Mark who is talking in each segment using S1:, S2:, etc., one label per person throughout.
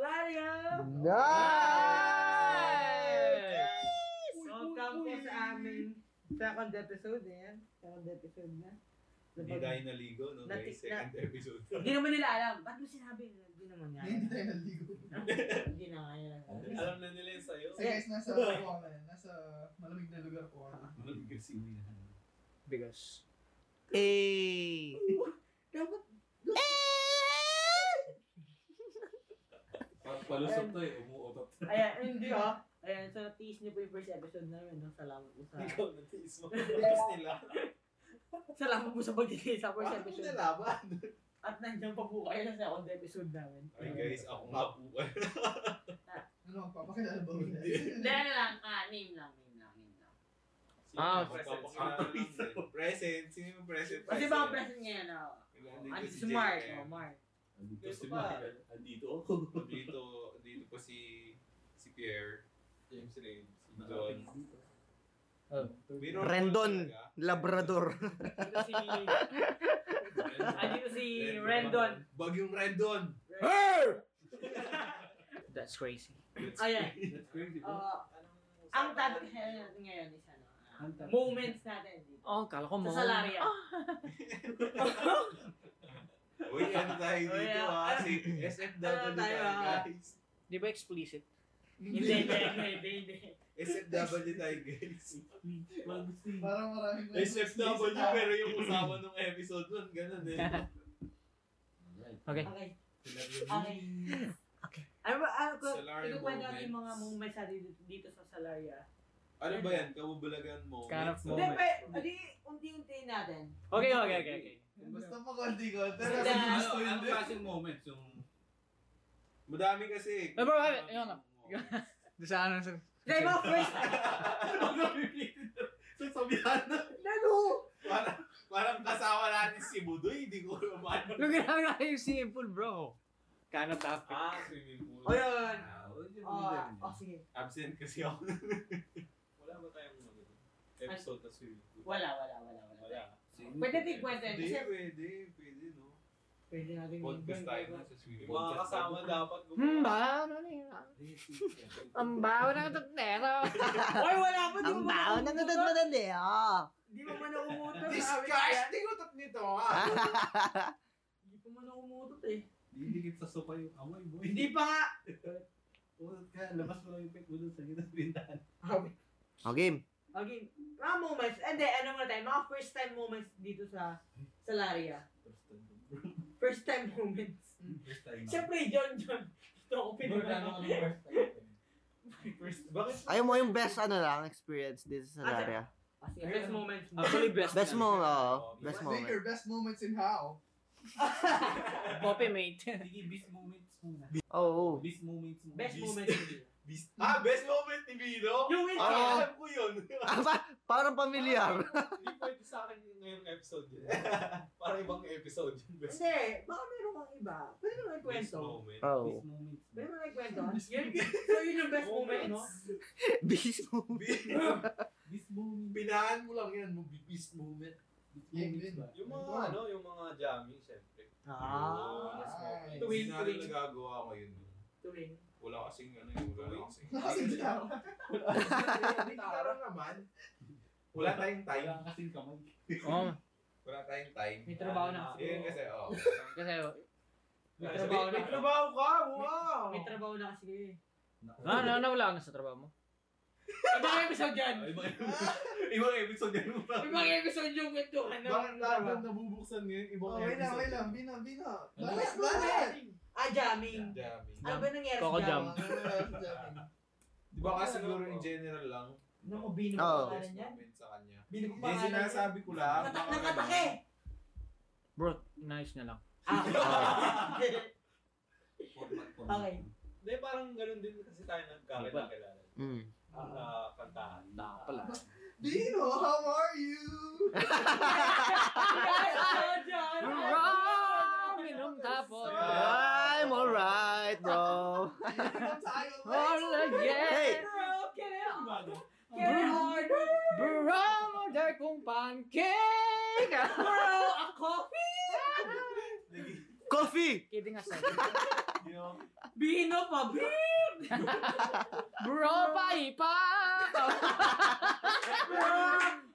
S1: kayo.
S2: Nice!
S1: Welcome po sa aming second episode. Ayan, second episode na.
S3: Hindi tayo naligo, no? Dahil
S1: Natik-
S3: second episode.
S1: Hindi naman nila alam. Ba't mo sinabi? Hindi naman niya.
S2: Hindi tayo naligo.
S1: Hindi na kaya.
S3: Alam na nila yun sa'yo.
S2: So guys, nasa ano ako ngayon, nasa malamig na lugar po ako.
S3: Malagasin mo yan.
S4: Bigas. Hey!
S1: Dapat
S3: Pa- Palusot to eh, umuutot.
S1: Ayan, hindi oh. Ayan, so tiis niyo po yung first episode namin. No? Salamat po sa...
S3: Ikaw na tiis mo. Tiis nila.
S1: Salamat po sa pagkikita sa first
S3: Bakit
S1: episode.
S3: nalaman?
S1: At nandiyan pa po kayo sa second episode namin.
S4: Ah.
S3: Ay guys, ako nga po.
S2: Ano, papakilala ba ulit?
S1: Hindi, ano lang. Ah, name lang, name lang, name lang.
S3: Sino
S4: Ah,
S3: yung magpapakilala
S4: present.
S3: lang din? Present. Sino yung present?
S1: Kasi baka present ngayon, oh.
S3: Nandito
S1: Ano
S3: si
S1: si Mark,
S3: JM.
S1: oh, Mark.
S5: Andito
S3: Gusto
S5: si
S3: pa.
S5: Michael. Andito ako.
S3: eh. Dito, dito pa si si Pierre. James Rain. Si John.
S4: Ah,
S3: Mirror
S4: Rendon.
S3: talaga.
S4: Labrador.
S1: Dito si... Ah, dito si Rendon.
S3: Bagyong Rendon.
S4: That's crazy.
S1: Ayan.
S5: That's crazy, bro.
S1: Oo. Ang topic natin ngayon is ano, ah,
S5: Ang topic.
S1: moments natin dito.
S4: Oh, kala ko Ah!
S1: Sa
S4: mo.
S1: salaria.
S3: Uy, ano tayo
S1: Uy,
S3: dito
S1: ah,
S3: ha?
S1: ano-
S3: Si SFW
S1: ano tayo,
S3: tayo
S1: ah?
S3: guys.
S4: Di ba explicit?
S1: Hindi, hindi, hindi, hindi, hindi.
S3: SFW tayo guys.
S2: Parang maraming
S3: SFW pero yung kasama nung episode nun, ganun eh.
S5: Alright.
S4: Okay.
S1: Okay.
S3: Sila yun.
S1: Okay. Ano ba, ano ko,
S3: Salaria
S1: ilupan natin yung mga
S3: moments.
S1: moments natin dito, dito sa salaria.
S3: Ano ba yan? Kabubulagan mo.
S4: Kind of
S1: Hindi,
S4: Moments.
S1: pe, hindi, unti-unti natin.
S4: Okay, okay, okay, okay.
S2: Basta mo konti ko. Pero
S1: Hindi,
S2: kung
S5: Ano
S2: gusto yun
S5: ano
S2: din.
S5: klaseng moments yung...
S3: eh. Madami kasi.
S4: Ay, bro, ay,
S3: Madami
S4: ayun na.
S3: moments.
S4: Doon sa ano sa...
S1: Hindi, mga first,
S3: Ano, Sasabihan na.
S1: nalo!
S3: Parang, parang kasama natin si Budoy, hindi ko naman.
S4: Nung ginagawa yung simple, bro. Kana topic.
S3: Ah, swimming pool.
S1: O yun.
S5: Ah, oh, yun, yun,
S1: Ah,
S5: yun.
S1: oh, sige.
S3: Absent kasi ako. Wala ba tayong mga ganun? Episode na swimming pool.
S1: Wala, wala, wala, wala.
S3: Wala.
S5: Sino-
S1: Pwede din kwento yun.
S3: Hindi,
S1: Kasi
S3: pwede, pwede, no?
S1: pwede natin
S3: Podcast tayo na sa swimming pool. Mga
S5: Podcast
S3: kasama
S5: tayo.
S3: dapat
S4: Hmm,
S3: gumawa.
S4: ba? Ano na yun? ah?
S5: Ang
S4: Ang baho ng tutnero.
S1: Oy, wala pa, di
S4: Ang
S1: mo
S4: baho ng
S1: na
S4: tutnero.
S1: Di mo man umutot.
S3: This
S1: sabi ko
S3: guys,
S1: yan.
S3: di ko tat nito
S6: ah.
S3: ha.
S1: Di pa man umutot eh.
S5: Didikit sa sopa yung amoy mo.
S1: Hindi pa nga.
S5: Ulot ka, labas mo lang yung pek ulot sa gitna ng bintahan.
S4: Oh, game.
S1: Okay, mga moments. And then, ano muna tayo, mga first time moments dito sa Salaria.
S5: First time, bro.
S1: First time moments.
S5: First time.
S1: Siyempre, John John. Ito ako
S5: Bro, plano
S1: pinag
S5: ko ng first time.
S3: First, bakit?
S6: Ayaw mo yung best ano lang experience dito sa Salaria.
S1: Kasi best moments mo.
S4: Actually, best.
S6: Best mo, oo.
S3: Best
S6: best
S2: Make
S6: moment.
S2: your best moments in how.
S4: Poppy mate.
S5: Sige, best moments muna.
S6: Oh,
S5: Best moments muna.
S1: Best
S3: Beast.
S1: moments dito.
S3: Beast. Ah, best moment ni Bino?
S1: You will
S6: Ah.
S1: see.
S3: Ah, alam ko yun.
S6: oh. Ah, pa- parang pamilyar.
S3: Hindi pwede sa akin yung ngayong episode yun. Para ibang episode yung best
S1: Hindi, baka meron kang iba. Pwede naman
S3: best
S1: kwento.
S3: moment.
S6: Oh.
S5: Best moments
S1: Pwede
S5: muna.
S1: naman kwento. Yun- So, yun yung best moment, no?
S6: Beast mo.
S3: Bi-
S5: Best moment.
S3: Binahan mo lang yan, mo beast moment.
S5: Best
S2: Game
S5: moments
S2: din.
S5: ba?
S3: Yung mga ano, yung mga jamming, syempre.
S1: Ah.
S3: Best
S1: Tuwing-
S3: moment. Tuwing, tuwing.
S1: tuwing.
S3: nagagawa ko yun.
S1: Tuwing.
S3: Wala kasing ano yun, wala kasing.
S2: Kasi tao.
S3: Hindi tara naman. Wala tayong time.
S5: Wala kasing kamay.
S4: Oh,
S3: Wala tayong time.
S1: May trabaho na kasi.
S3: Yun kasi, oo.
S4: kasi
S1: May trabaho na.
S3: May trabaho ka!
S2: Oh.
S3: Wow!
S1: May trabaho na kasi kayo eh.
S4: Ah, na nawala ka na sa trabaho mo. Ano
S1: Ibang episode yan.
S3: Ah, Ibang ibang episode yan.
S1: Ibang episode yung kwento. Ano?
S3: Bakit lahat nabubuksan yun? Ibang
S2: Oh,
S3: episode.
S2: wait lang, wait lang. Bina, bina. Balat,
S1: Best
S2: balat.
S1: moment. Ah, jamming.
S3: Jamming.
S1: Ano ba nangyari
S4: Coco
S1: sa
S4: jam.
S1: jamming?
S3: Di ba kasi siguro in general lang,
S1: Naku, bino
S6: Oo.
S1: ko
S3: best
S1: pangalan yan.
S3: moment sa kanya.
S1: Bino ko
S3: Hindi
S1: pangalan yan.
S3: sinasabi ko lang.
S1: Katak na
S3: baka
S1: katak
S3: ganun.
S1: eh!
S4: Bro, nice na lang.
S1: Ah,
S5: Format, format.
S1: okay.
S3: Hindi, parang ganun din kasi tayo nagkakilala.
S6: Mm.
S3: Uh, kantahan.
S4: Da pala.
S2: Bino, how are you?
S4: Bro, minom tapos.
S6: I'm alright, bro.
S2: Bino tayo.
S4: All again.
S6: Hey!
S1: Bro, get it on!
S5: Bago.
S1: Get it hard!
S4: Bro, order kong pancake.
S1: Bro, a coffee!
S3: Naging-
S6: Coffee!
S7: Kidding aside.
S5: Yung,
S1: Bino pa, bro!
S7: Bro, paipa!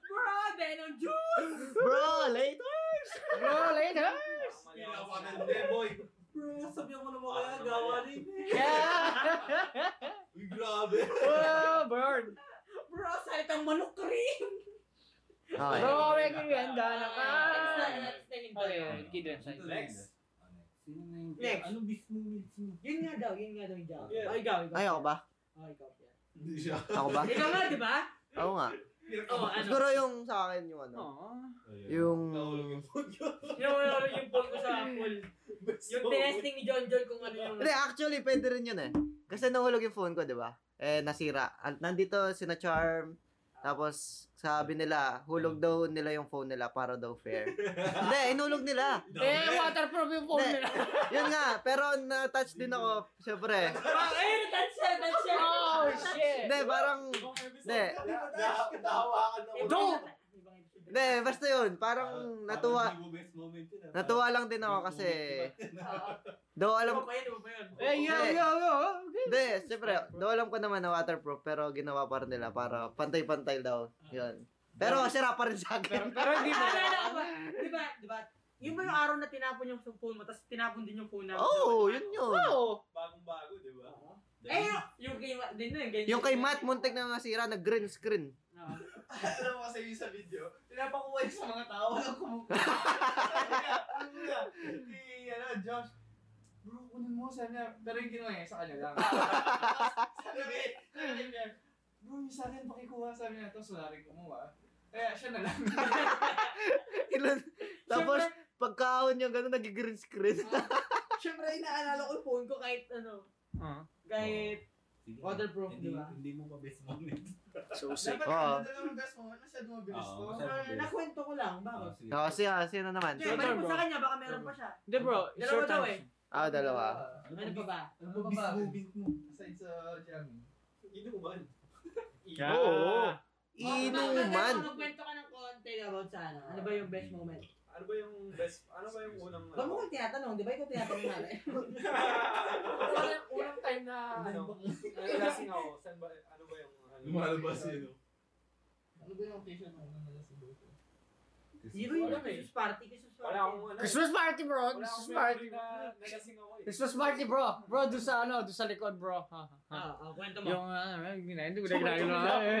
S1: Bro, Denong Juice!
S6: Bro, later!
S7: Bro, later!
S3: Pinawanan din, boy.
S5: bro, sabihan mo na
S3: Ah,
S5: kaya,
S3: ano
S5: gawa
S3: ba
S5: rin
S1: eh.
S7: Yeah!
S5: Uy, grabe.
S7: Bro, burn!
S1: Bro, salitang manok cream!
S6: Okay.
S7: Bro, may kaganda na ka!
S1: Next na, next na hinto
S7: Okay,
S1: yun.
S7: kidding
S5: Ito,
S7: aside.
S5: next.
S3: Next.
S5: Sino na yung...
S1: Next.
S5: Anong bismo, bismo?
S1: Yun nga daw, yun nga daw yung job.
S5: Yeah.
S1: Oh, ikaw, ikaw.
S6: Ay, ako ba?
S1: Oh, ikaw, Pierre.
S5: Hindi siya.
S6: Ako ba?
S1: Ikaw nga, di ba?
S6: Ako nga.
S1: Oh, ano?
S6: Siguro yung sa akin yung
S7: Oh.
S6: ano.
S4: Oo.
S6: Yung...
S3: Nahulog yung phone ko.
S1: Yung wala rin yung poll ko sa poll. Yung tinesting ni John John kung ano yung...
S6: Hindi, actually, pwede rin yun eh. Kasi nahulog yung phone ko, di ba? Eh, nasira. At Nandito, sina Charm. Tapos, sabi nila, hulog daw nila yung phone nila para daw fair. Hindi, inulog nila.
S7: Eh, waterproof yung phone
S6: Hindi.
S7: nila.
S6: Yun nga, pero na-touch din ako, syempre.
S1: Ah, ayun, that's it, that's it.
S7: Oh, shit!
S6: Hindi, parang... Hindi,
S5: Nahawakan ako.
S1: Don't!
S6: hindi, basta yun. Parang natuwa.
S5: Parang hindi mo best moment yun, ah.
S6: Natuwa lang din ako kasi... Daw alam
S1: Ano pa yun, ano pa yun?
S7: Eh, yeah, yeah, yeah!
S6: Hindi, siyempre, daw alam ko naman na waterproof, pero ginawa pa rin nila para pantay-pantay daw. Yun. Pero sira pa rin sa
S4: Pero,
S6: akin.
S4: pero hindi
S1: Di ba,
S4: na.
S1: di ba, di ba, yun ba yung araw na tinapon yung phone mo, tapos tinapon din yung phone namin?
S6: Oo, oh, yun yun.
S7: Wow!
S5: Bagong-bago, di ba?
S1: Eh, yung, yung kay Matt, din yun, ganyan.
S6: Yung kay Matt, muntik na masira, nag-green screen.
S1: Oo.
S2: Alam mo kasi yung sa video, pinapakuha niya sa mga tao, walang kumukuha. Ano na? Si, ano, Josh, bro, kunin mo sa niya. Pero yung ginawa niya, sa kanya lang. sabi niya, sabi niya, bro, yung sa akin pakikuha sa niya. Tapos wala rin kumuha. Kaya siya na lang.
S6: Ilan, tapos, pagkaon niya, gano'n, nag-green screen.
S1: Siyempre, inaalala ko yung phone ko kahit ano,
S4: Ah.
S1: kahit
S5: Sige.
S1: waterproof, di
S5: Hindi,
S1: ba?
S5: hindi mo pa best moment.
S4: So
S2: Dapat
S6: Oo.
S2: ano dalawang best moment, masyado mabilis
S5: Oo,
S2: to.
S5: masyado.
S1: Ah, nakwento ko lang, bakit?
S5: Ah, sige.
S6: Oo, siya, siya na naman.
S1: Kaya
S4: Sure,
S1: balik mo
S4: bro.
S1: sa kanya, baka meron pa siya.
S4: Hindi bro, it's your
S1: Dalawa daw
S4: time.
S6: Ah, dalawa.
S1: Ano pa ba?
S5: Ano ba best moment mo?
S2: Aside sa jamming.
S5: Inuman.
S2: Ya.
S4: Yeah.
S6: Oo.
S1: Magkwento-
S6: Inuman.
S1: Magkwento ka ng konti about sa ano. Ano ba yung best moment?
S3: Ano ba yung best, ano ba yung unang...
S1: Huwag mo kong tinatanong, di ba? Ikaw tinatanong namin.
S7: Unang, unang time na...
S3: Ano? Nalasing ako. Saan ba, ano ba yung... Ano,
S5: Lumalabas yun. oh.
S2: Ano ba yung occasion mo na nasa buto?
S1: Zero ano eh. yun lang, Christmas party, Christmas party.
S3: Wala akong ano. eh.
S7: Christmas party, bro!
S3: Wala akong
S7: Christmas party,
S3: memory
S7: bro!
S3: na nalasing ako eh.
S7: Christmas party, bro! Bro, doon sa ano, doon sa likod, bro. Ha, ha, ha.
S1: Ah, ah, kwento mo.
S4: Yung, ah, hindi na, hindi ko na
S7: Sorry,
S4: ginagawa.
S7: Eh.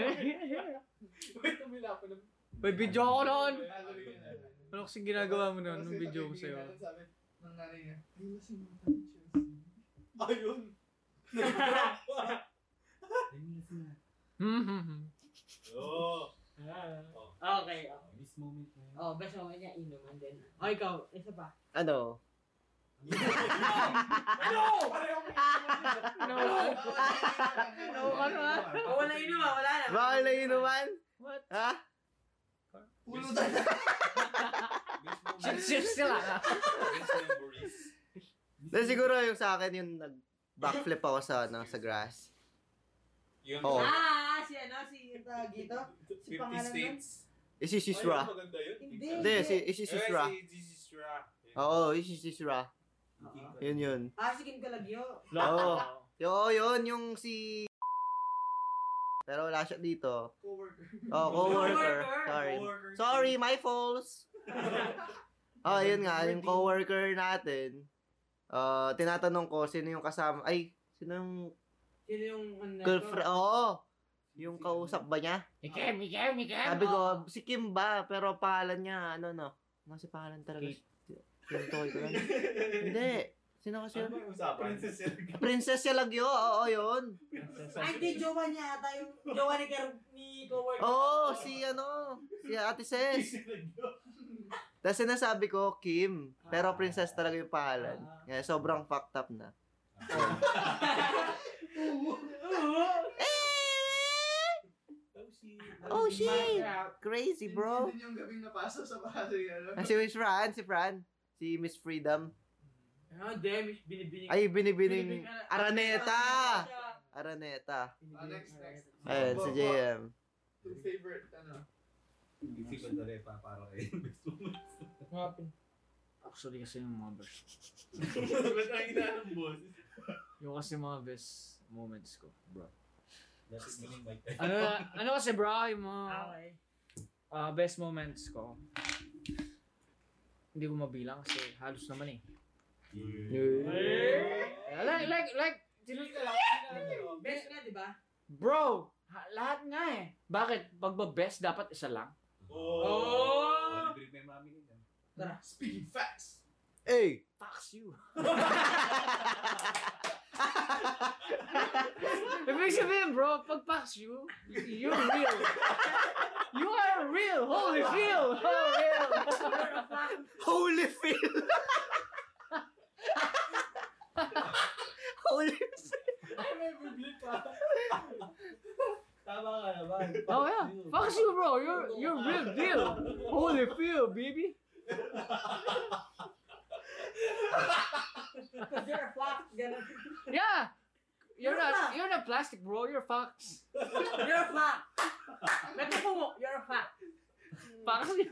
S3: Wait, tumila ako ng...
S4: May video ako noon.
S2: Ano yun?
S4: Ano kasing ginagawa mo noon, nung video ko sa'yo?
S2: Sabi ng nanay niya, ay, nasa mga tayo, Chelsea. Ah,
S5: Ayun.
S4: Hmm, hmm, hmm.
S5: Oo.
S1: Ah, okay. ah.
S5: Best moment na yun.
S1: Oh, best moment niya, inuman din. Oh, ikaw, isa pa.
S6: Ano?
S4: No.
S2: No,
S7: ano ah?
S1: Oh, wala inuman, wala na.
S6: Bakit lang inuman?
S7: What?
S6: Ha?
S2: Ulo tayo.
S5: Best moment.
S7: Shit, shit sila.
S5: Best memories.
S6: Then siguro yung sa akin yung nag-backflip ako sa, ano, sa grass.
S3: Yun.
S6: Oo.
S1: Ah, si ano, si yung tawag dito? Si
S3: 50
S1: pangalan nun?
S3: states.
S6: Isisisra.
S5: Ay, maganda Oh, yun.
S1: Hindi.
S6: Hindi, si
S3: Eh,
S6: Isisisra.
S3: si Isisra.
S6: Oo, isisisra. Yun yun.
S1: Ah, si Kim Calagyo.
S6: Oo. Yo, yun, yung si... Pero wala siya dito.
S2: Coworker.
S6: Oh, coworker.
S1: Coworker.
S6: Sorry. Sorry, my faults. Oh, yun nga, yung coworker natin. Uh, tinatanong ko, sino yung kasama... Ay, sino yung
S1: Sino yung ano? na to?
S6: girlfriend? Oo. Yung kausap ba niya?
S7: Ikem, ikem, ikem!
S6: Sabi ko, si Kim ba? Pero pangalan niya, ano no? Ano kasi pangalan talaga? Yung toy ko lang. Hindi. Sino kasi
S3: Ano
S6: yun?
S5: Princess Erika.
S6: Princess Yalagyo, oo, yun.
S1: Ay, di, jowa niya ata yung jowa ni, Ker, ni coworker.
S6: Oo, si ano, si Ate Ses. Tapos sinasabi ko, Kim. Pero princess talaga yung pangalan. Kaya sobrang fucked up na. Ah. Eh! Oh, shit! Crazy, bro.
S2: Yun yung gabing napasa sa bahay. Ano?
S6: Ah, si Miss Fran, si Fran. Si Miss Freedom.
S1: Ah, damn, binibining.
S6: Ay, binibining
S1: Binibining-
S6: Araneta! Araneta.
S2: Ah, next, next.
S6: Ayun, si JM.
S2: Two favorite, ano?
S5: Isipan talaga pa para kayo. Best moment.
S2: Ah,
S7: Actually kasi yung mga best.
S3: Ba't ang inaanong boses?
S7: Yung kasi mga best moments ko, bro.
S5: Dapat mo yung mic.
S7: Ano, na- ano kasi bro, yung mga
S1: Okay.
S7: ah, best moments ko. Hindi ko mabilang kasi halos naman eh.
S2: Ano? Eh?
S7: Ah, Like, like, like, tinul-
S1: Best nga, di ba?
S7: Bro! ha- lahat nga eh. Bakit? Pag ba best, dapat isa lang?
S3: Oh! Libre na yung mami nila.
S2: Speaking facts.
S6: Hey!
S7: Fucks you. Ibig sabihin bro, pag fucks you, you're real. You are real. Holy feel. Holy real.
S6: Holy feel! Holy
S5: Tama ka naman.
S7: Oh yeah. Fucks you bro. You're, you're real deal. Holy feel, baby.
S1: Because you're a fuck. Ganun.
S7: Yeah. You're not, you're not plastic bro. You're fucks.
S1: You're a fuck. Ba't ako mo? You're a fuck.
S7: Fucks you.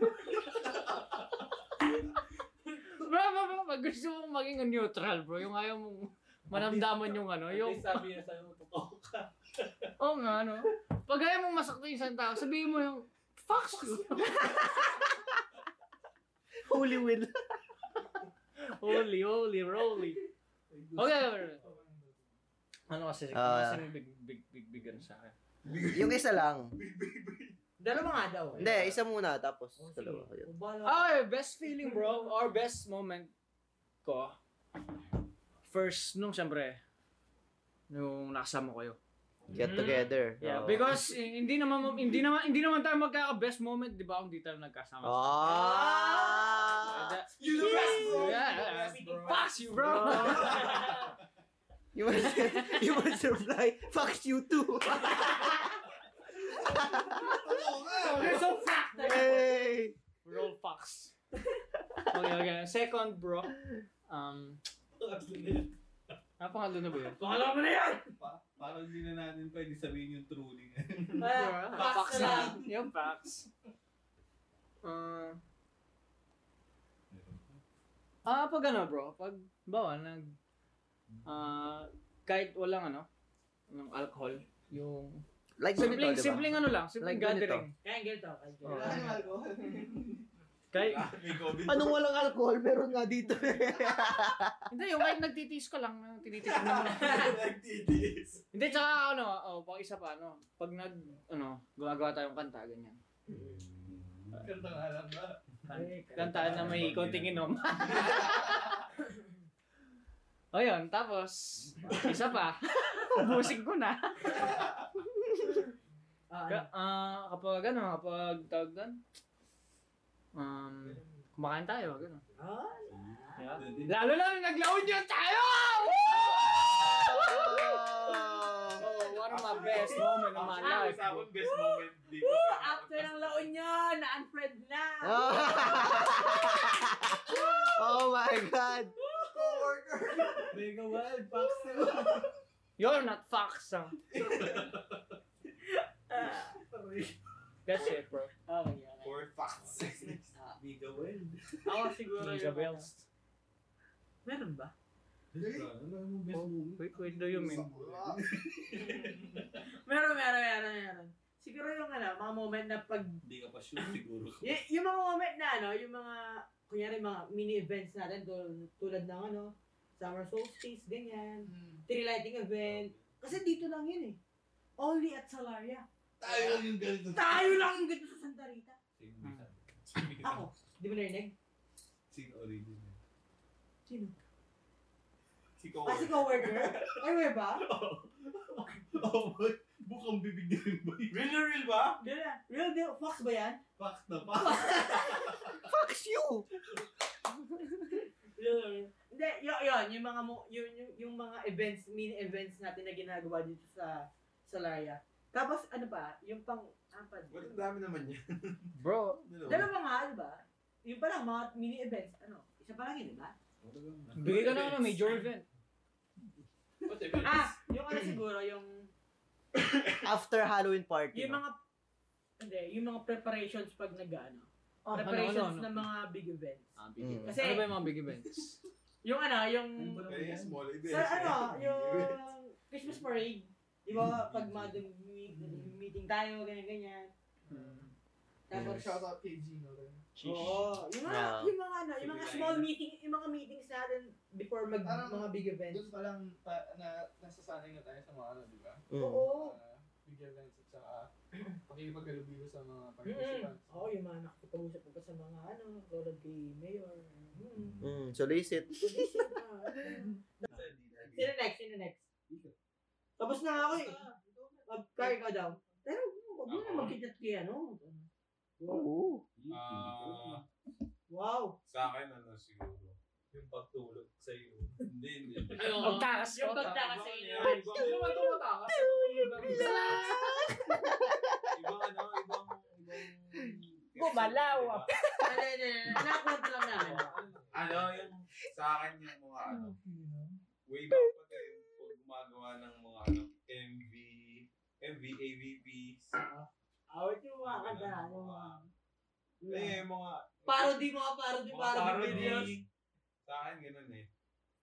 S7: bro, bro, bro. Pag gusto mong maging neutral bro, yung ayaw mong manamdaman yung ano, yung
S5: Yung sabi niya sa'yo, totoo ka.
S7: Oo nga, no? Pag ayaw mong masakta yung isang tao, sabihin mo yung, fuck you.
S6: Holy will!
S7: holy, holy, roly. Okay, okay. Ano kasi,
S6: Ah.
S7: kasi big, big, big, big, ano sa akin.
S6: Yung isa lang.
S1: Dalawa nga daw. Oh,
S6: Hindi, isa muna tapos dalawa. Yun.
S7: Ay, best feeling, bro, or best moment ko, first, nung siyempre, nung nakasama ko kayo.
S6: Get together.
S7: Yeah,
S6: Oo.
S7: because eh, hindi naman mo- hindi naman hindi naman tayo magkaka-best moment, 'di ba? Kung di tayo nagkasama.
S6: Ah!
S7: That-
S2: You the best, bro. You
S7: Yeah.
S2: the best, bro.
S7: Fuck you, bro.
S6: You will, you will survive. Fuck you too.
S2: Oo nga.
S1: You're so fuck.
S6: hey!
S7: Roll fox. okay, okay. Second, bro. Um, ah, pangalan na ba yun?
S1: Pangalan mo na yan!
S5: Pa- Parang hindi na natin pwede sabihin yung truly nga.
S1: Ah, Fuck na lang.
S7: Yung fox. Uh, ah, pag ano, bro? Pag, bawa, nag, ah, kahit walang ano, ng alcohol, yung,
S6: Like
S7: simpleng,
S6: ganito, diba?
S7: simpleng ano lang, simpleng
S6: Like ganito.
S7: gathering.
S1: Kaya ganito. Kaya ganito.
S7: Oo.
S2: Ano ako?
S7: Kahit,
S3: May COVID.
S6: Anong walang alcohol? Meron nga dito. eh.
S7: hindi, yung kahit nagtitiis ka lang, tinitiis mo lang.
S2: Nagtitis.
S7: Hindi, tsaka ano, oh, pag isa pa, ano, pag nag, ano, gumagawa tayong kanta, ganyan.
S2: Kanta nga lang ba?
S1: Eh,
S7: Kanta na may konting inom. o yun, tapos, isa pa, busig ko na.
S1: Ah, ano?
S7: Ka- ah, kapag ano, kapag tawag doon, um, kumakain tayo, gano'n.
S1: Ah,
S7: Lalo na nung nagla-union tayo! Oh, one of my best moment of my life.
S3: Actually, sa akin, best moment dito.
S1: Woo! After ng La Union, na-unfriend na.
S6: oh. oh my God.
S2: Coworker.
S5: Mega wild, Pax.
S7: You're not fucks, ah.
S1: Ah. Oh, iya.
S7: That's it, bro.
S1: Okay, okay.
S3: Or facts.
S5: Mega wild.
S1: Ako siguro yung...
S7: Isabel.
S1: Meron ba?
S5: Ano yung best moment?
S7: Wait, wait, do you mean?
S1: Meron, meron, meron, meron. Siguro yung ano, mga moment na pag...
S5: Hindi ka pa sure siguro.
S1: Y- yung mga moment na ano, yung mga... Kunyari mga mini-events natin tul- tulad ng ano, summer solstice, ganyan. Tree lighting event. Kasi dito lang yun eh. Only at Salaria.
S2: Tayo lang yung ganito.
S1: Tayo lang yung ganito sa Santa Rita.
S5: Same with that.
S1: Ako, di mo narinig?
S5: Same origin.
S1: Sino? Ah,
S3: Si Coworker.
S1: si coworker? Ay, may ba?
S5: Oh, boy. Bukang bibig na rin, boy.
S3: Real na real ba?
S1: Real, real deal. Fox ba yan?
S5: Pax na, Pax.
S6: Fuck you.
S1: Real, real. Hindi, yun, yun, yung mga, mo, yun, yung, yung mga events, mini events natin na ginagawa dito sa Solaria. Tapos, ano pa, yung pang, apat.
S3: Ba't ang dami naman Ano niya?
S7: Bro,
S1: Dalawa nga, di ba? Yung pala, mga mini events, ano, isa pa lang yun, di ba?
S7: bigay ka na ng major event.
S3: What event?
S1: Ah, yung ano siguro, yung,
S6: After Halloween party.
S1: yung
S6: no?
S1: mga, hindi, yung mga preparations pag nag, ano,
S7: Ano, ano,
S1: preparations
S7: ano?
S1: ng mga big events.
S7: Ah, big
S6: Mm.
S7: events.
S1: Kasi-
S7: ano ba yung mga big events?
S1: Yung ano, yung...
S5: Ano ba naman
S3: Very
S5: yan?
S3: small event.
S1: Sa ano, yung Christmas parade. Di ba, pag madam meeting tayo, ganyan-ganyan. Tapos,
S6: Yes.
S2: Shout out kay Gino. rin.
S1: Oo, yung mga,
S6: Ah.
S1: yung mga ano, yung mga small meeting, yung mga meetings natin before mag,
S2: Parang-
S1: mga big events.
S2: Doon pa lang pa, na, nasasanay na tayo sa mga ano, di ba?
S6: Mm.
S1: Oo.
S2: Ah, big events at saka pakipagkalubigo sa mga
S1: Mm-mm.
S2: participants.
S1: Oo, Oh, yung mga nakikipag-usap ko pa sa mga ano, tulad kay Mayor. Mm.
S6: Mm, solicit.
S1: Hmm. Sino next? Sino next? Tapos na ako eh. Mag- Kaya ka daw. Pero huwag mo na magkitat kay ano.
S6: Oo.
S3: Ah,
S1: Wow.
S3: sa akin, ano siguro? Yung pagtulog sa iyo. Hindi, hindi.
S7: Pagtakas ko.
S1: Yung pagtakas sa inyo.
S2: Tumawa, tumatawa.
S3: Ibang ano, ibang... ibang
S7: Gumalaw.
S3: Diba?
S1: Ano, ano, ano. Nakwento lang namin.
S3: Ano yung sa akin yung mga ano, way back pa tayo pag gumagawa ng mga ano, MV, MV, AVPs.
S1: Awit Ah, yung mga kanta. ano, mga-
S3: Eh, mga...
S1: Parody mga parody,
S3: mga
S1: parody
S3: parody.
S1: videos.
S3: Sa akin, ganun eh.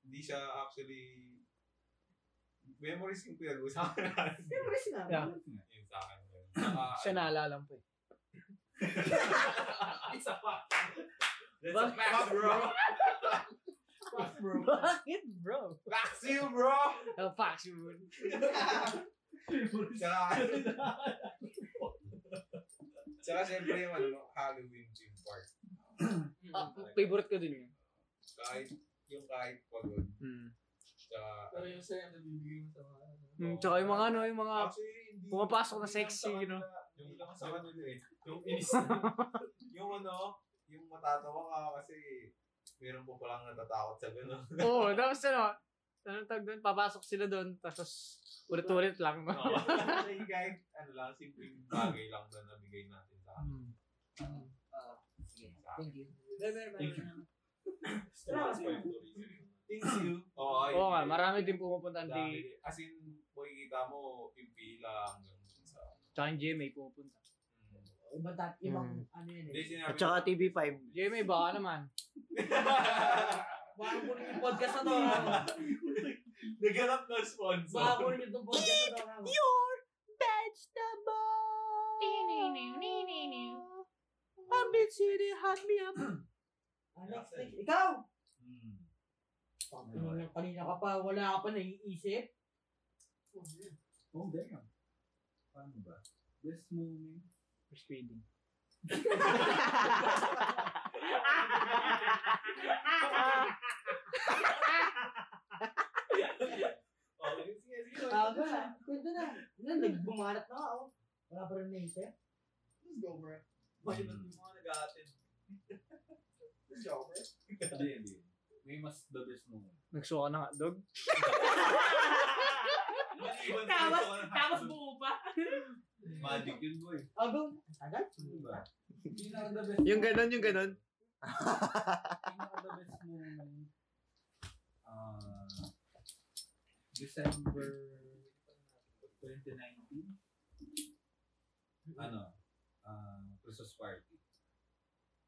S3: Hindi siya actually... Memories yung pinag-usapan natin.
S1: Siyempre sinabi.
S7: Yeah.
S3: Yun sa akin. Yun. Saka,
S7: Siya
S3: ano,
S7: naalala po eh.
S3: It's a fact. That's
S7: Bak-
S3: a fact, bro.
S7: Bakit bro?
S3: Facts you, bro.
S7: Oh, Fox, you would.
S3: Tsaka, tsaka syempre yung ano, Halloween theme park.
S7: Ah, favorite ko din yun.
S3: Kahit, yung kahit pagod.
S7: Hmm.
S3: Tsaka,
S2: Pero yung saya na bibigay mo sa mga ano.
S7: Hmm, tsaka yung mga ano, yung mga...
S3: actually, hindi.
S7: pumapasok na
S3: hindi lang
S7: sexy,
S3: sa
S7: you know?
S3: kanila, Yung lang sa kanila eh. Yung inis. yung ano, yung matatawa ka kasi meron po palang natatakot sa gano'n.
S7: Oo, tapos ano, anong tawag doon? Papasok sila doon, tapos ulit-ulit lang.
S3: Oo. Kasi kahit ano lang, simpleng bagay lang na nabigay natin sa akin.
S7: Hmm.
S3: Sa akin.
S1: Thank you.
S3: Salamat po yung eh. Thank you. Oo, okay.
S7: Oo nga, marami din pumupunta ang day.
S3: Dami. As in, makikita mo yung pila hanggang dun sa...
S7: Tsaka yung GMA pumupunta. Mm.
S1: Ibang tat, ibang ano yun
S3: Hindi,
S1: eh.
S3: sinabi
S6: At saka TV5.
S7: GMA baka naman.
S1: Baka kunin yung podcast na to. ah. Ramo.
S3: Naganap na
S1: Baka
S3: sponsor.
S1: kunin yung podcast na to. ah. Ramo.
S6: I've been city, hot me up.
S1: Ah, next, next. Ikaw!
S3: Hmm.
S1: Kanina- Ano Kanina ka pa, wala ka pa naiisip.
S5: Oh, damn. Paano ba? Best moment.
S7: First feeding.
S3: Okay, sige, sige.
S1: Tama, kwento na. Ano, nagbumalat na ako. Wala pa rin naisip.
S2: Let's go, bro.
S3: Bakit
S2: Hmm.
S3: ba't yung mga nag-aatin?
S2: Let's go, bro.
S5: Hindi,
S3: eh.
S5: hindi. May mas the best moment.
S7: Nagsuka ng hotdog.
S3: Maliban sa
S1: Tapos,
S3: ito ka na-
S1: tapos buo pa.
S3: Magic yun, boy.
S1: Abang, agad?
S5: Ano ba? Pinaka the best
S6: Yung ganon, yung ganon.
S5: Pinaka the best moment. Ah... December 2019.
S3: Ano? Ah, Christmas party.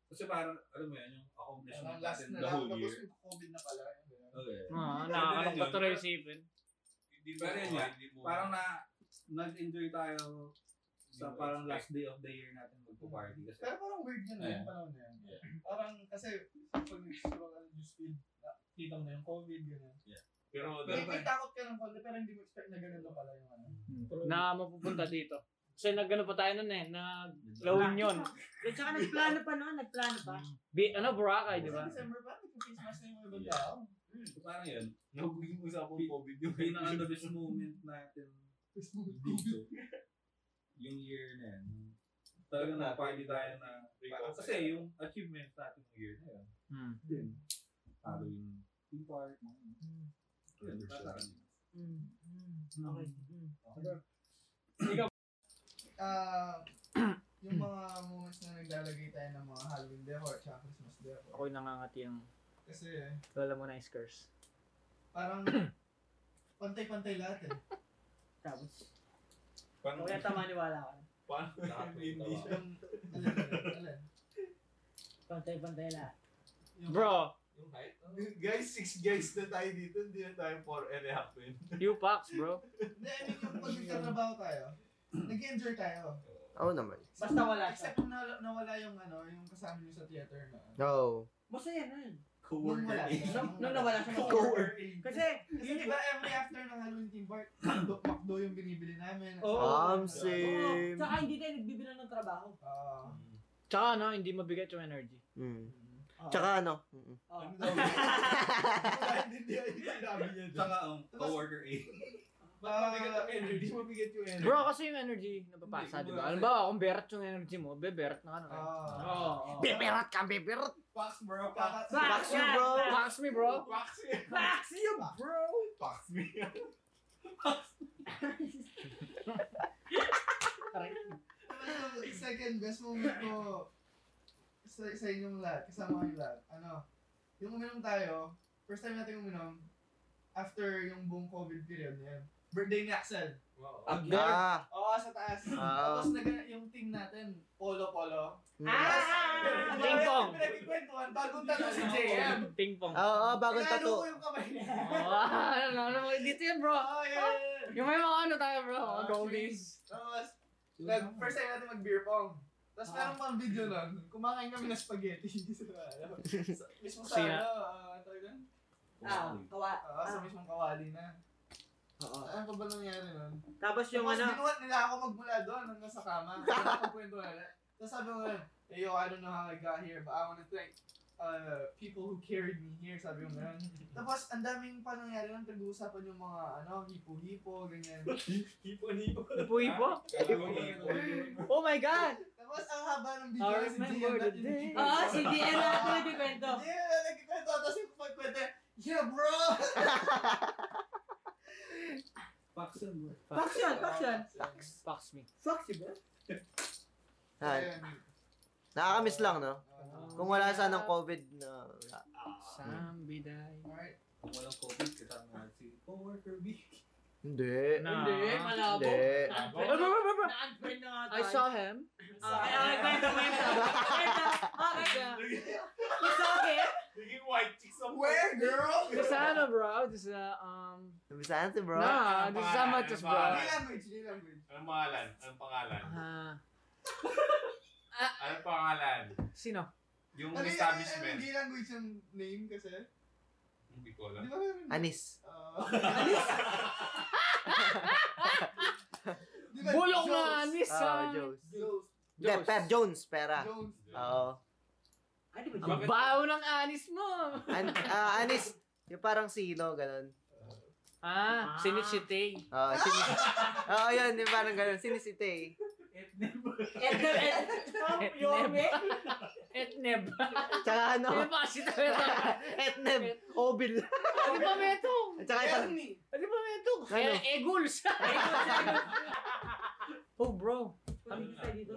S3: Kasi parang, alam mo yan, yung accomplishment
S2: Ang last
S3: natin
S2: na
S3: the
S2: lang.
S3: whole
S2: Tapos
S3: year.
S2: yung COVID na pala. yun, ganun.
S3: Okay.
S7: Ah, nakakalungkot tuloy isipin.
S3: Hindi ba rin yan? Hindi mo-
S5: Parang na... Nag-enjoy tayo
S3: hindi mo
S5: sa parang
S3: expect.
S5: last day of the year natin magpo-party kasi
S2: Pero parang weird yun na
S3: Yeah.
S2: yung panahon na yun.
S3: Yeah.
S2: Parang kasi pag nag-scroll ka ng news feed, nakita mo na yung COVID, gano'n.
S3: Pero,
S2: Pero may takot ka ng konti, pero hindi mo expect na gano'n na pala yung ano.
S7: Na mapupunta dito. Kasi nagano pa tayo nun eh, nag-low yun.
S1: At saka Eh, nagplano pa noon, nagplano pa.
S7: Bi- ano, Boracay, di
S2: Kasi
S7: ba?
S2: December pa, nag-face mask na yung mga ibang
S3: Yeah.
S2: tao.
S3: So, parang yun, nahugin mo sa akong COVID yung
S5: pinaka the best moment natin dito. yung year na yan. Talaga na party tayo na parang, kasi yung achievement natin ng year na yun.
S7: Hmm.
S5: Din. Halloween theme park. mga yun. Yun, tataas.
S1: Mm. Mm. Okay. Mm.
S2: Ah, yung mga moments na naglalagay tayo ng mga Halloween decor at saka Christmas decor.
S7: Ako'y nangangati ang
S2: Kasi eh,
S7: kilala mo na iskers.
S2: parang pantay-pantay lahat eh.
S1: Tapos,
S3: Paano
S1: okay, tama niwala ka.
S3: Paano?
S2: Yung, alin, alin, alin.
S1: Pantay-pantay lahat.
S7: Bro,
S3: Yung height? oh.
S2: Guys, six guys na tayo dito, hindi na tayo four and a half men.
S7: you packs, bro.
S2: Hindi, I mean, yung pag nagtatrabaho tayo, nag-enjoy tayo.
S6: Oo naman.
S1: Basta wala siya.
S2: Except na nawala yung ano, yung kasama niyo sa theater na.
S6: No.
S1: Masaya na yun.
S2: Nung wala siya.
S1: Nung, nung nawala siya mag-
S2: Co-worker aid.
S1: Kasi,
S2: Kasi
S1: yun
S2: diba every after ng Halloween team park, McDo, McDo yung binibili namin.
S7: Oo.
S1: Oo.
S6: I'm same.
S1: Tsaka hindi tayo nagbibilang ng trabaho.
S2: Ah.
S7: Tsaka ano, hindi mabigat yung energy.
S6: Mm.
S1: Oo.
S6: Tsaka ano? Ah. mm-mm.
S1: Oo.
S2: Ano daw yun? Wala, Hindi yung sinabi niya doon.
S5: Tsaka, um, coworker A.
S2: Ah, Hindi mabigat yung energy.
S7: Bro, kasi yung energy napapasa, di ba? Alam ba, kung berat yung energy mo, beberat na ano, eh. ka na.
S2: Ah.
S7: Oo.
S6: Beberat ka, beberat!
S5: Pax, bro.
S2: Pax.
S6: Pax you, bro! Ah,
S7: Pax me, bro.
S2: Pax yun.
S1: Pax you, bro!
S2: Pax me. Ano, Second best moment ko sa, sa inyong lahat, kasama kayong lahat. Ano, yung uminom tayo, first time natin uminom, after yung buong COVID period na yun. Birthday ni Axel.
S3: Ah,
S6: Ah,
S2: Oo, sa taas.
S6: Ah.
S2: Tapos nag yung team natin, polo-polo.
S6: mm.
S1: Ah!
S2: Tapos,
S7: Ding dong.
S2: Pinagkikwentuhan, bagong tanong si JM.
S7: Ping-pong.
S6: Oo, oh, bagong
S2: Pinalo
S6: tattoo.
S2: ko yung kamay niya.
S7: ano, ano, ano, dito yan, bro.
S2: Oo, yeah, yeah, yeah.
S7: Yung may mga ano tayo, bro.
S2: Ah,
S7: Goldies.
S2: Tapos, nag, first time natin mag-beer pong.
S1: Ah.
S2: Tapos meron pang video nun, kumakain kami ng spaghetti. Hindi sila alam. Sa- Mismo sa
S7: Sina?
S2: ano, ah, ano tawag doon?
S1: Ah, kawa.
S2: Ah, sa
S1: Ah.
S2: mismong kawali na.
S1: Oo.
S2: Ano pa ba nangyari nun?
S1: Tapos yung
S2: Tapos
S1: ano,
S2: binuhat nila ako magmula doon hanggang sa kama. Nakakwento nila. Tapos sabi ko, hey yo, I don't know how I got here, but I want to thank uh, people who carried me here, sabi ko ganun.
S1: Mm-hmm.
S2: Tapos, ang daming pa nangyari nun, pag-uusapan yung mga, ano, hipo-hipo, ganyan.
S3: Hipo-hipo.
S7: Ipuhi po.
S3: Hipo-hipo.
S7: Oh my God!
S2: Tapos, ang haba ng video,
S7: I
S2: si Gian
S7: remember the
S2: natin
S1: oo,
S7: day.
S2: nagkikwento.
S1: si DM lahat na nagkikwento.
S2: Hindi, nagkikwento. Tapos yung pagkwento, yeah, bro!
S5: Paxon, bro.
S1: Pax yun, pax yun.
S7: Pax me.
S1: Fox you, bro.
S6: Ah,
S2: Ayun.
S6: Nakakamiss lang, no?
S2: Ah,
S6: Kung wala sana ng COVID, na wala.
S7: Sambiday.
S2: alright.
S5: Kung walang COVID, kasama nga si coworker B.
S6: Hindi.
S7: Na-
S1: Hindi, malabo.
S6: Hindi.
S1: Na-unfriend
S7: Oh, bro, bro, bro, bro.
S1: na- Na-unfriend na nga
S7: I
S1: tayo.
S7: saw him.
S1: Ah, ay, ay, kwento, kwento. Kwento. Okay. You saw him?
S3: Naging white chicks ang
S2: Where, girl?
S7: Doon sa ano, bro? Doon sa, um...
S6: Bisahan si bro.
S7: Nah, doon sa Matos, bro.
S2: Hindi language, hindi language.
S3: Anong pangalan? Anong pangalan?
S7: Ah,
S3: Anong pangalan?
S7: sino?
S3: Yung
S2: Ano yung-
S3: establishment.
S2: ano yung language yung name kasi?
S3: Hindi ko alam.
S2: Di ba meron?
S6: Anis.
S2: Ah. Di ba,
S7: Bulok na
S2: Jones?
S7: anis,
S6: Ah,
S7: ah.
S6: Jones.
S2: Jones.
S6: Hindi, Pep Jones, pera.
S2: Jones.
S6: Oo.
S1: Ay, di ba
S7: Ang
S1: siya?
S7: baho ng anis mo!
S6: An- ah, anis. Yung parang sino, ganun.
S7: Ah,
S1: Ah.
S7: sinichitay.
S6: Oo, sinis. Oo, yun, yung parang ganun. Sinisite.
S1: Ether, ether. Yome.
S7: Etneb.
S6: Tsaka
S7: Ano
S6: ano,
S7: ba kasi tayo
S6: Etneb, Obil.
S7: Ano ba metong?
S6: At saka isang,
S2: Ernie.
S7: Ano ba metong?
S6: Ano?
S7: Eh, Eguls. oh, bro.
S1: Pagiging sa dito.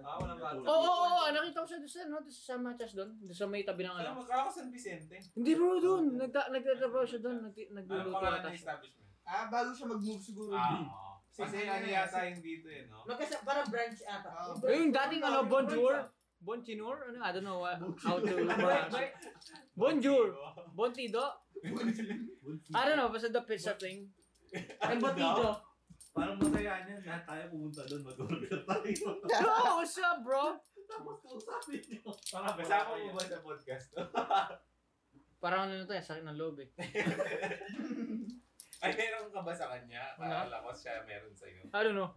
S3: Ah, walang
S5: Wala.
S7: Oo, oo, oo. Ah, Nakita ko siya doon sa, ano, doon sa Machas doon. Doon sa may tabi ng ano.
S3: Alam mo, kala ko San Vicente.
S7: Hindi bro, doon. Nagta nagtatrabaho siya doon. Nag
S3: Anong
S7: nagluluto
S3: pangalan
S7: ata
S3: ng
S7: siya.
S3: establishment?
S2: Ah, bago siya mag-move siguro.
S3: Ah, oo.
S2: Sa
S3: Kasi
S2: San
S3: ano
S2: Vicente.
S3: yata yung dito eh, no?
S1: Magkasa, parang branch ata.
S2: Ah,
S7: Eh, Yung dating ano, bonjour. Bonjour? Ano? I don't know uh, how to pronounce it. Bonjour. Bontido? I don't know. Basta the pizza thing. Ano
S1: Ang batido.
S5: Parang masaya niya, lahat tayo pumunta doon, mag-order tayo.
S7: Bro, what's up bro?
S5: Tapos kausapin niyo.
S3: Parang kasama mo ba sa podcast?
S7: Parang ano na tayo, sakit ng loob eh.
S3: Ay, meron ka ba sa kanya?
S7: Wala.
S3: Akala ko siya meron sa'yo.
S7: I don't know.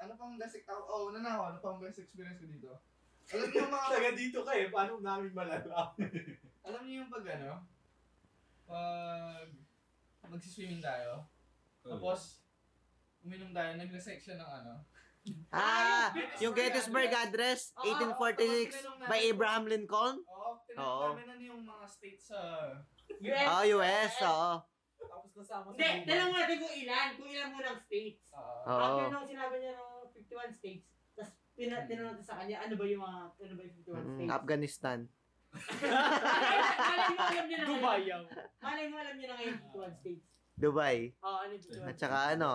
S2: Ano pang best, oh, oh, una na ako. Ano pang best experience ko dito? Alam niyo yung mga,
S3: Taga dito ka eh, paano namin malalaman?
S2: alam niyo yung pag ano? Pag magsiswimming tayo.
S3: Oh.
S2: Tapos, uminom tayo, nag-resex siya ng ano.
S6: ah, yung Gettysburg Address, 1846 by Abraham Lincoln.
S2: Oo,
S6: Oo.
S2: tinanong namin ano yung mga states sa...
S1: US.
S7: Ah,
S6: Oh, US, oo.
S2: Tapos nasama
S1: Hindi, tanong natin kung ilan. Kung ilan muna ang states.
S2: Ah,
S1: Bakit
S6: Oo.
S1: yun ang sinabi niya ng 51 states? Tapos pina- tinanong natin sa kanya, ano ba yung mga, ano ba yung 51
S6: Mm,
S1: states?
S6: Afghanistan.
S1: Malay mo, alam niya na ngayon.
S7: Dubayaw.
S1: Malay mo, alam niya na ngayon yung 51 states.
S6: Dubai.
S1: Oo, ano yung 51
S6: At saka ano,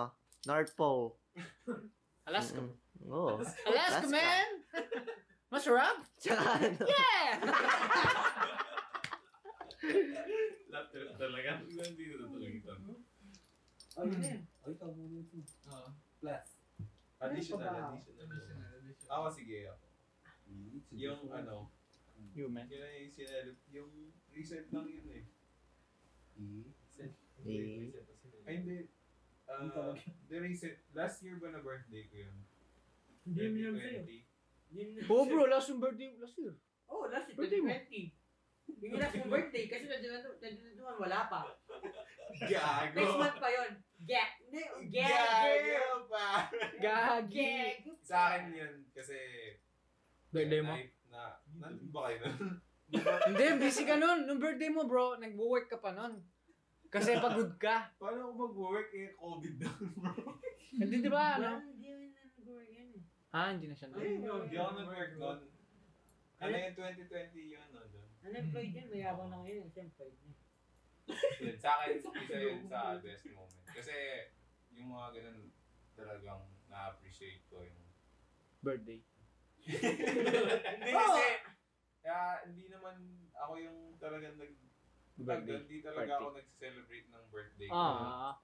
S6: North Pole.
S7: Alaska.
S6: Mm, Oo.
S7: Alaska,
S6: Alaska.
S7: man! Masarap?
S6: Tsaka ano,
S7: Yeah!
S3: Laptop talaga. Nandito na talaga ito.
S1: Oh, yun na yun.
S2: Oo.
S5: Plus.
S1: Ano
S3: Additional,
S1: pa ba?
S3: additional. Ako sige ako. Yung ano,
S7: Human.
S3: yun na yung sinelip, yung recent lang yun eh. Recent.
S6: Eh.
S3: Recent pa sila. Ay, hindi. Ah, the recent, last year ba na birthday ko yun?
S1: Hindi mo yun sa'yo.
S3: 2020.
S1: Yun na.
S7: Oh bro, last yung birthday last year.
S1: Oh, last year,
S7: Birthday mo.
S1: 2020. Yung last mong birthday, kasi nandiyan na nandiyan na doon, wala pa.
S3: Gago!
S1: Next month pa yun. Gag. Gag. Gag.
S3: Gago pa!
S7: Gagi.
S1: Gag.
S3: Sa akin yun, kasi...
S7: Birthday mo?
S3: Na, na, nandun ba kayo nun?
S7: Hindi, busy ka nun. Nung birthday mo bro, nag-work ka pa nun. Kasi pagod ka.
S3: Paano ako mag-work eh? COVID na, bro.
S7: Hindi di ba ano?
S1: Wala, Hindi yun nag-work yan eh.
S7: Ah, hindi na siya na.
S1: Ay, no,
S3: Hindi ako nag-work nun. Ano yung 2020 yun, ano? dun?
S1: Unemployed yun, mayabang na eh. ngayon. Siyempre.
S3: Yun, sa akin, isa yun sa best moment. Kasi, yung mga ganun, talagang na-appreciate ko yung...
S7: Birthday.
S3: hindi kasi, ah, hindi naman ako yung talagang nag...
S7: Birthday.
S3: Hindi talaga ako nag-celebrate ng birthday ko.
S7: Ah,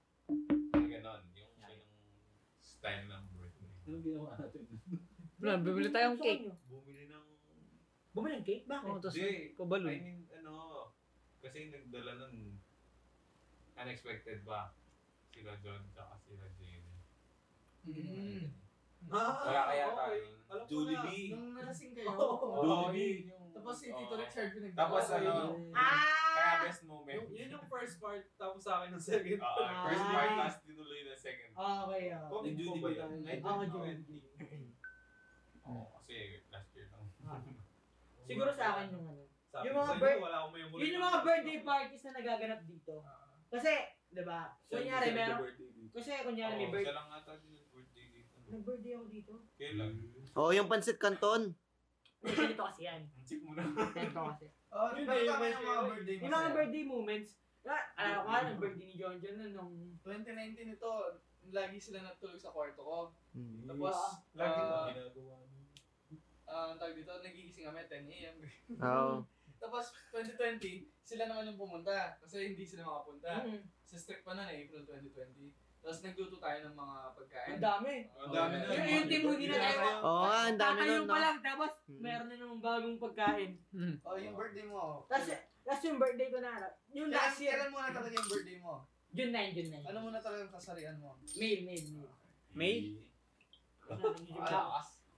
S3: Yung ganon, yung ganong style ng birthday.
S7: Hmm.
S5: Anong ginawa natin?
S7: wala, bibili tayong cake.
S3: Bumili ng...
S1: Bumili ng cake?
S7: Oh,
S1: Bakit?
S7: tapos eh.
S3: Hindi, I
S7: kabaloy.
S3: mean, ano, kasi nagdala nun, unexpected ba, sila John tsaka sila Jane.
S2: Mm-hmm.
S3: Wala kaya tayo.
S2: Ah, Alam ko
S3: Jollibee.
S2: na, Nung nalasing kayo.
S3: Oh, Jollibee. yung-
S2: Tapos si Tito
S3: Oo.
S2: Richard pinagdala.
S3: Tapos
S2: kayo.
S3: ano,
S1: Eh.
S3: kaya
S1: Ah!
S3: best moment.
S2: Yung, yun yung first part, tapos sa akin yung second.
S3: Oo, first part, tapos tinuloy na second.
S1: Okay, ah.
S3: Oh,
S5: Nag-Jollibee
S3: ba
S5: ba
S3: yun?
S5: tayo?
S3: I
S2: Ah,
S3: don't
S1: Ako,
S3: know.
S1: Jollibee.
S3: Oo, kasi last year lang.
S1: Ah. Siguro sa akin yung ano.
S5: Sabi
S1: Yung
S5: ko
S1: mga
S5: sa'yo,
S1: birth-
S5: wala akong may huli.
S1: Yun yung mga birthday parties na nagaganap dito. Kasi, di ba?
S5: Sabi ko
S1: Kunyari,
S5: sa'yo,
S1: meron.
S5: Ah. birthday dito. Oh,
S1: Kasi, kunyari, may
S3: Oo,
S1: birthday.
S3: Isa lang ata din yung birthday dito.
S1: Nag-birthday ako dito.
S3: Kailan?
S6: oh, yung pansit kanton.
S1: Ganito kasi yan.
S3: Check mo na.
S1: Ganito kasi.
S2: Oh,
S3: eh,
S2: meron
S5: Yun na yung
S2: kami
S5: may-
S2: ng mga birthday
S1: Yung mga
S2: masaya.
S1: birthday moments, ah, alam ko nga, birthday ni John John nun nung
S2: 2019 ito, lagi sila natulog sa kwarto ko.
S6: Hmm.
S2: Tapos,
S3: Lagi mo
S2: ah,
S3: ginagawa niyo.
S2: ah, ang tawag dito, nagigising kami 10 a.m.
S6: Oo.
S2: Tapos, 2020, sila naman yung pumunta. Kasi hindi sila makapunta.
S1: Mm.
S2: Sa strict pa na eh, April 2020. Tapos, nagluto tayo ng mga pagkain.
S1: Ang dami.
S3: Ang dami na.
S1: Yung- yung team mo, hindi na tayo-
S6: Oo nga, ang dami nun,
S1: Tatayo
S6: no?
S1: pa lang, tapos
S6: Mm.
S1: meron na namang bagong pagkain.
S7: Hmm.
S2: Oh, yung birthday mo.
S1: Tapos, tapos yung birthday ko na, yung
S2: Kailan-
S1: last year,
S2: Kailan muna talaga yung birthday mo?
S1: June 9, June 9.
S2: Ano muna talaga ang kasarian mo?
S1: Mail, mail, mail.
S7: May?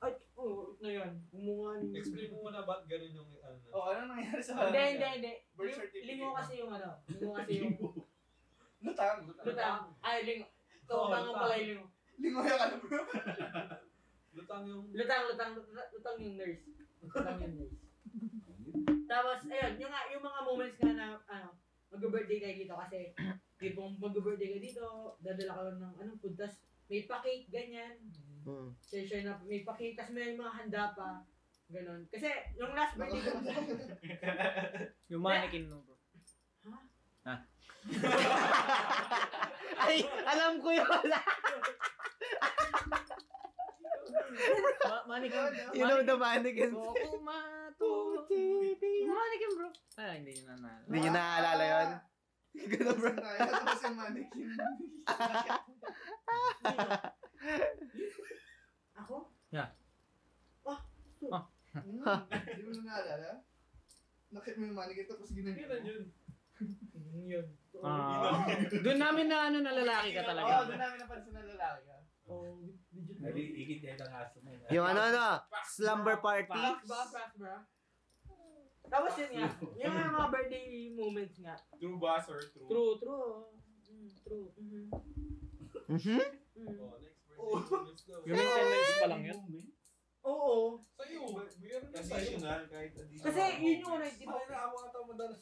S1: Ay, oo, na yun. Gumawa niyo.
S5: Explain mo muna ba't ganun yung ano.
S2: Oh, ano nangyari sa
S1: Hindi, hindi, hindi.
S2: Birth
S1: Ling-
S2: certificate.
S1: Lingo kasi yung ano. Lingo kasi yung...
S2: Lutang. Lutang.
S1: Lutang. Ay, lingo. Kawabangan
S5: lutang.
S1: pala yung lingo.
S2: Lingoya ka na bro.
S5: Lutang yung...
S1: Lutang, lutang, lutang lutang yung nurse. Lutang yung nurse. Tapos, ayun, yung, nga- yung mga moments nga na, ano, mag-birthday kayo dito kasi, tipong mag-birthday kayo dito, dadala ka ng anong food, tas may pa-cake, ganyan.
S6: Hmm.
S1: Share-share na, may pa-cake, tas may mga handa pa. Ganon. Kasi, yung last birthday ko,
S7: Yung mannequin no bro.
S6: Ay, alam ko yun.
S7: Ma- mannequin.
S6: you know the mannequin.
S7: Koko matuti. Mannequin bro. Ah, hindi nyo na naalala.
S6: Hindi nyo naaalala yun? Ganun, bro.
S2: Tapos tayo, tapos yung mannequin.
S1: ako?
S7: Yeah.
S1: Ah, ito.
S7: Ah.
S2: Hmm, Hindi mo na naalala? Nakit mo yung mannequin tapos ginagin mo.
S5: yun?
S1: Mm, yun.
S7: Ah. Doon namin na ano na lalaki ka
S2: Oo, oh,
S7: talaga.
S2: doon namin napansin na lalaki. ah.
S1: Oh, legit ba?
S5: Naliikit niya yung aso mo. eh.
S6: Yung ano, ano, slumber party.
S1: Props ba? Props ba? Tapos yun nga, yung mga mga birthday moments nga.
S3: True ba, sir? True.
S1: True, true. Mm, true. Mhm.
S6: Mhm.
S1: Mm.
S5: Oh, next birthday.
S2: Oh.
S5: Let's go.
S7: Yung 10 minutes pa lang yun.
S1: Oo.
S5: Sa'yo, meron na sa'yo.
S3: Additional, ah, kahit additional.
S1: Kasi yun yung una, di ba?
S5: Ay, naawa ka tao madalas.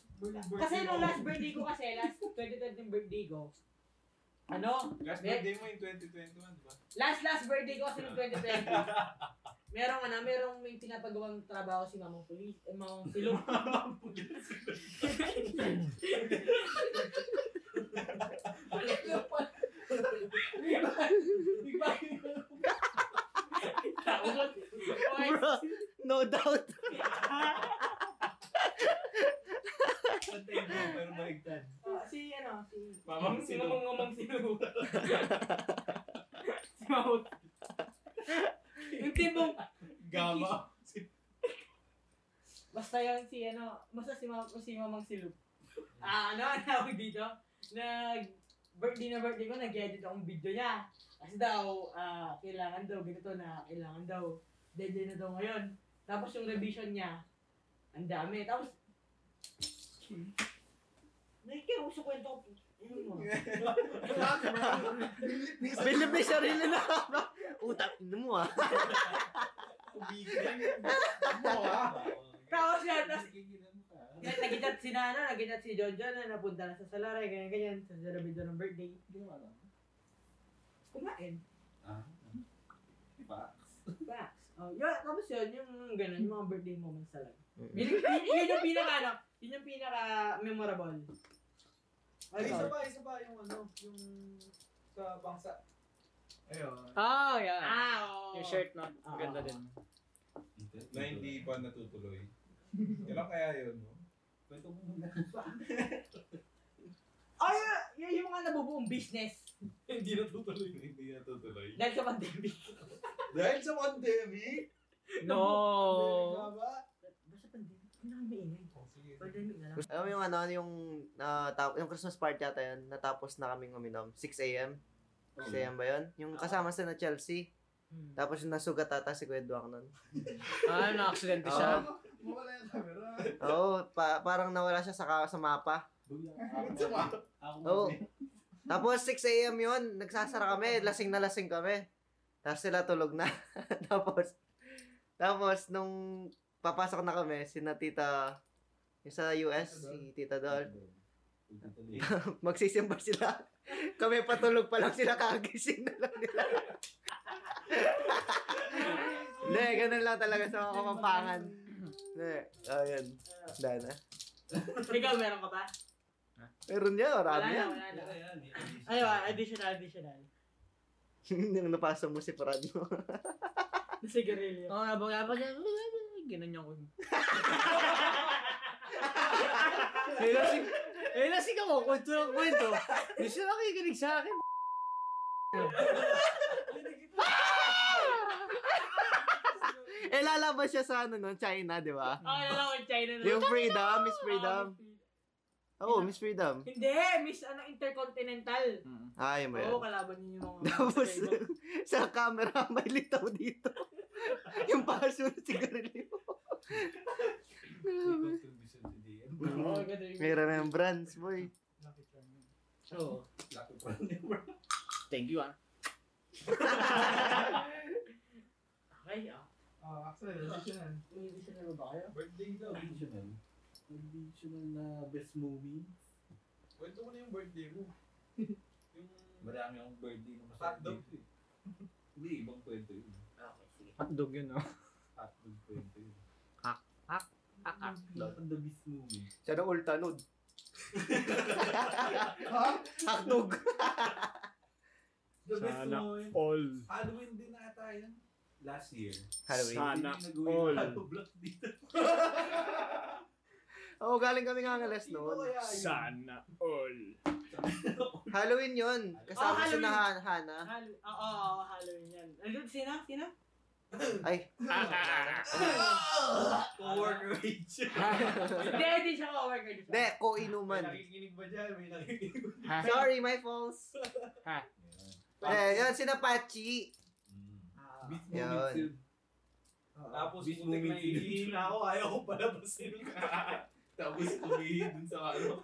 S1: Kasi nung last birthday ko kasi, last 2020 birthday ko, ano?
S3: Last birthday mo in 2021, di ba?
S1: Last last birthday ko kasi nung 2020. Merong ano, merong may pinapagawang trabaho si Mamang Pulis, eh, Mamang Silog.
S6: Bro, no da.
S5: Pantay mo, pero baligtad.
S1: Oh, si ano, si...
S5: Mamang sino?
S8: Mamang sino. si Mamut. Yung tipong,
S5: Gama.
S8: basta yun si ano, basta si, Mam si Mamang Silog. Ah, ano, ang tawag dito? Nag, birthday na birthday ko, nag-edit akong video niya. Kasi daw, ah, kailangan daw, ganito na, kailangan daw, deadline na daw ngayon. Tapos yung revision niya, ang dami. Tapos,
S1: Nakikinig sa kwento ko. Ano mo?
S6: Bilib na yung sarili na. Utak, ano mo ah.
S1: Tapos yan, tapos... Nagigit si Nana, nagigit si Jojo na napunta na sa Salaray, ganyan-ganyan, sa Jarabido ng birthday. Kumain.
S5: Ah,
S1: Facts. Oh, yun, tapos yun, yung ganun, yung mga birthday moments talaga. Yun, yun, yun yung pinaka, ano, yun yung pinaka memorable. Ay,
S2: Ay, isa
S1: sorry.
S2: pa, isa pa yung ano, yung sa bangsa. Ayun.
S7: Ah, yeah.
S1: Ah, oo.
S7: Yung shirt, no?
S1: Ah,
S7: Ganda
S1: ah,
S7: din.
S3: Na hindi pa natutuloy. Kailan kaya yun, no?
S5: Kwento mo muna.
S1: Ay, yun yung mga nabubuong business.
S3: Hindi natutuloy. Hindi natutuloy.
S1: Dahil sa pandemic.
S2: Dahil sa pandemic,
S7: No.
S1: Basta pandemic, ang dami ingay. Pandemic na lang.
S6: Alam mo yung ano, yung, ah, tap- yung Christmas party yata yun, natapos na kaming uminom. 6 a.m. 6 a.m. ba yun? Yung kasama sa na Chelsea.
S1: Hmm.
S6: Tapos yung nasugat ata si Kuya Duang nun.
S7: Ah, na-accidente siya.
S2: mawala yung camera.
S6: Oo, pa- parang nawala siya sa, ka- sa mapa.
S5: Ako.
S6: Oo. Tapos 6 a.m. yun, nagsasara kami, lasing na lasing kami. Tapos sila tulog na. tapos, tapos nung papasok na kami, si na tita, yung sa US, si Tita Dol, magsisimba sila. Kami patulog pa lang sila, kakagising na lang nila. Hindi, ganun lang talaga sa mga kapampangan. Hindi, ayun. Wala na.
S1: Ikaw, meron ka pa?
S6: Meron niya,
S1: Wala
S6: marami
S1: na,
S6: yan.
S1: wala na.
S5: Ayan, eh.
S1: Ano ba, additional, additional.
S6: Nung napasa mo si Parad mo.
S1: Sigarilyo.
S7: Oo, abang-abang. Ginan niya ko. Eh, lasing. Eh, lasing ako. Kwento ng kwento. Hindi siya nakikinig sa akin.
S6: Eh, lalaban siya sa ano nun, China, di ba?
S1: Oh, alam ko, China na.
S6: Yung Freedom, Miss Freedom. Oo, oh, Miss Freedom.
S1: Hindi, Miss ano, Intercontinental.
S6: Ah, yun ba yun?
S1: Oo, kalaban niyo yung mga...
S6: Tapos, sa camera, may litaw dito. yung paso ng sigarilyo. Grabe.
S8: Oo, ganda yung-
S6: May remembrance, boy.
S7: Oo. Thank you, ah.
S1: Okay, ah.
S2: Oh, actually, additional.
S1: Additional ba kayo?
S5: Birthday daw. Additional. Additional na best movie.
S2: Kwento mo na yung birthday mo. yung...
S5: Marami akong birthday
S2: Hot
S5: na masarap
S2: dog.
S5: dito eh. Hindi, ibang kwento yun.
S1: Okay, sige.
S7: Hotdog yun, no?
S5: Hotdog kwento yun.
S7: Akak.
S5: Lahat ng the best movie.
S6: Siya na ultanod.
S2: Ha?
S6: Hakdog.
S5: The best
S4: Sana
S5: movie.
S4: All.
S5: Halloween din ata yun. Last year.
S6: Halloween.
S4: Sana
S5: Hindi nag-uwi
S4: all.
S5: ng Hotdog dito.
S6: Oo, galing kami nga ngalas
S2: Oh,
S6: noon.
S4: Sana all.
S6: Halloween yun.
S1: Ah,
S6: Kasama siya
S1: Halloween.
S6: na Han- Hana.
S1: Halloween. Oo, oo, oo, Halloween yan. Ano, sino? Sino?
S6: Ay.
S5: Co-worker wage.
S1: Hindi, hindi siya coworker. di siya.
S6: De, ko-inuman.
S5: Nakikinig ba dyan? May nakikinig.
S6: Sorry, my faults. Eh, yun, sina Pachi.
S3: Ah,
S5: Beast
S6: Yun.
S5: movie. yun.
S3: Tapos
S5: Beast
S3: putik na
S5: movie.
S3: iihin ako, ayaw ko palabasin. Tapos umihi dun sa ano.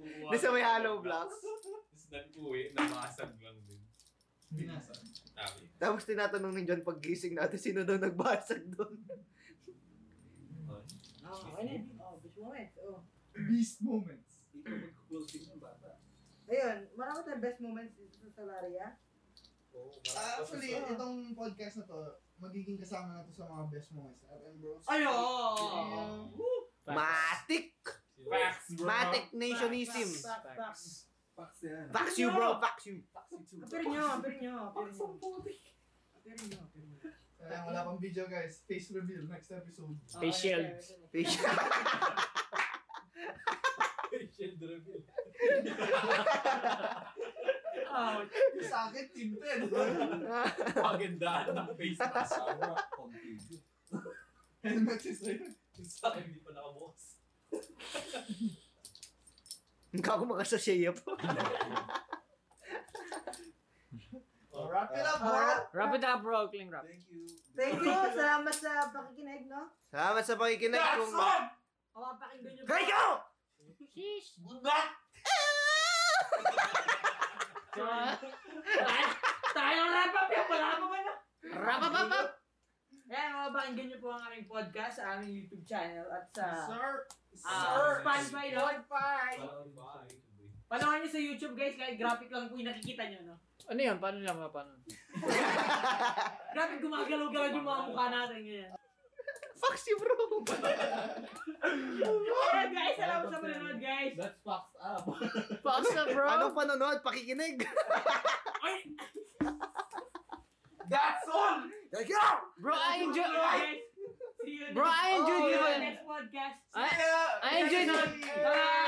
S3: Kukuha
S6: Di sa may
S3: ko.
S6: hollow blocks.
S3: Tapos nag-uwi, namasag lang din.
S2: Binasa.
S3: Sabi.
S6: Tapos tinatanong ni John pag gising natin, sino daw nagbasag doon?
S1: Oo, Ah, okay na. yun. Oo, bitch moment. Oo.
S2: Beast moments.
S5: Ito mag-closing ng bata.
S1: Ayun, marami tayong best moments dito sa Salaria.
S2: Ah, actually, itong podcast na to, magiging kasama na to sa mga best moments. At and bros.
S1: Ay, oo.
S6: Matik!
S3: Facts, bro.
S6: Matik nationism!
S1: Facts, facts.
S5: Pax yan.
S6: Fax you, bro! Fax you!
S1: Apirin nyo, apirin nyo, apirin nyo. Apirin nyo, apirin nyo.
S2: Sayang, wala pang video guys. Face reveal next episode.
S1: Oo,
S7: Facial.
S1: ayun, ayun, ayun.
S6: Fish.
S3: reveal.
S2: Sa akin, team 10.
S3: Pagandaan ng face ng asawa. Confused.
S2: Helmet is real.
S3: Sa akin, hindi pa nakabukas.
S6: Gago mga sasaya po.
S2: Oh, wrap it up, bro.
S9: Alright.
S7: Wrap it up, bro. Kling wrap.
S2: Thank you.
S9: Thank you. Salamat sa pakikinig, no?
S6: Salamat sa pakikinig
S2: That's
S6: kung...
S2: all!
S1: Mapapakinggan nyo
S6: Hey, go!
S7: Sheesh.
S2: Good luck!
S1: Tayo wrap up yan! Wala pa ba na? Eh,
S7: Wrap up, up, up.
S1: Ayan, mapapakinggan nyo po ang aming podcast sa aming YouTube channel at sa
S2: Sir!
S1: ah,
S2: Sir!
S1: Spotify, no?
S3: Parang bye.
S1: Panoorin nyo sa YouTube, guys. Kahit graphic lang po yung nakikita nyo, no?
S7: Ano yan? Paano lang mapanood?
S1: Graphic gumagalaw-galaw yung mga mukha natin ngayon.
S6: Fuck you, bro!
S1: Ayan, guys. Salamat sa panonood, guys.
S2: That's fucked up.
S7: Pause na, bro.
S6: Anong panonood? Pakikinig!
S2: That's all!
S6: Hey, go!
S7: Bro, I enjoy...
S1: Guys, See you
S7: Bro, I enjoyed
S1: See you
S7: it.
S1: next podcast.
S2: 哎
S7: I- I enjoyed
S2: it!
S7: Bye!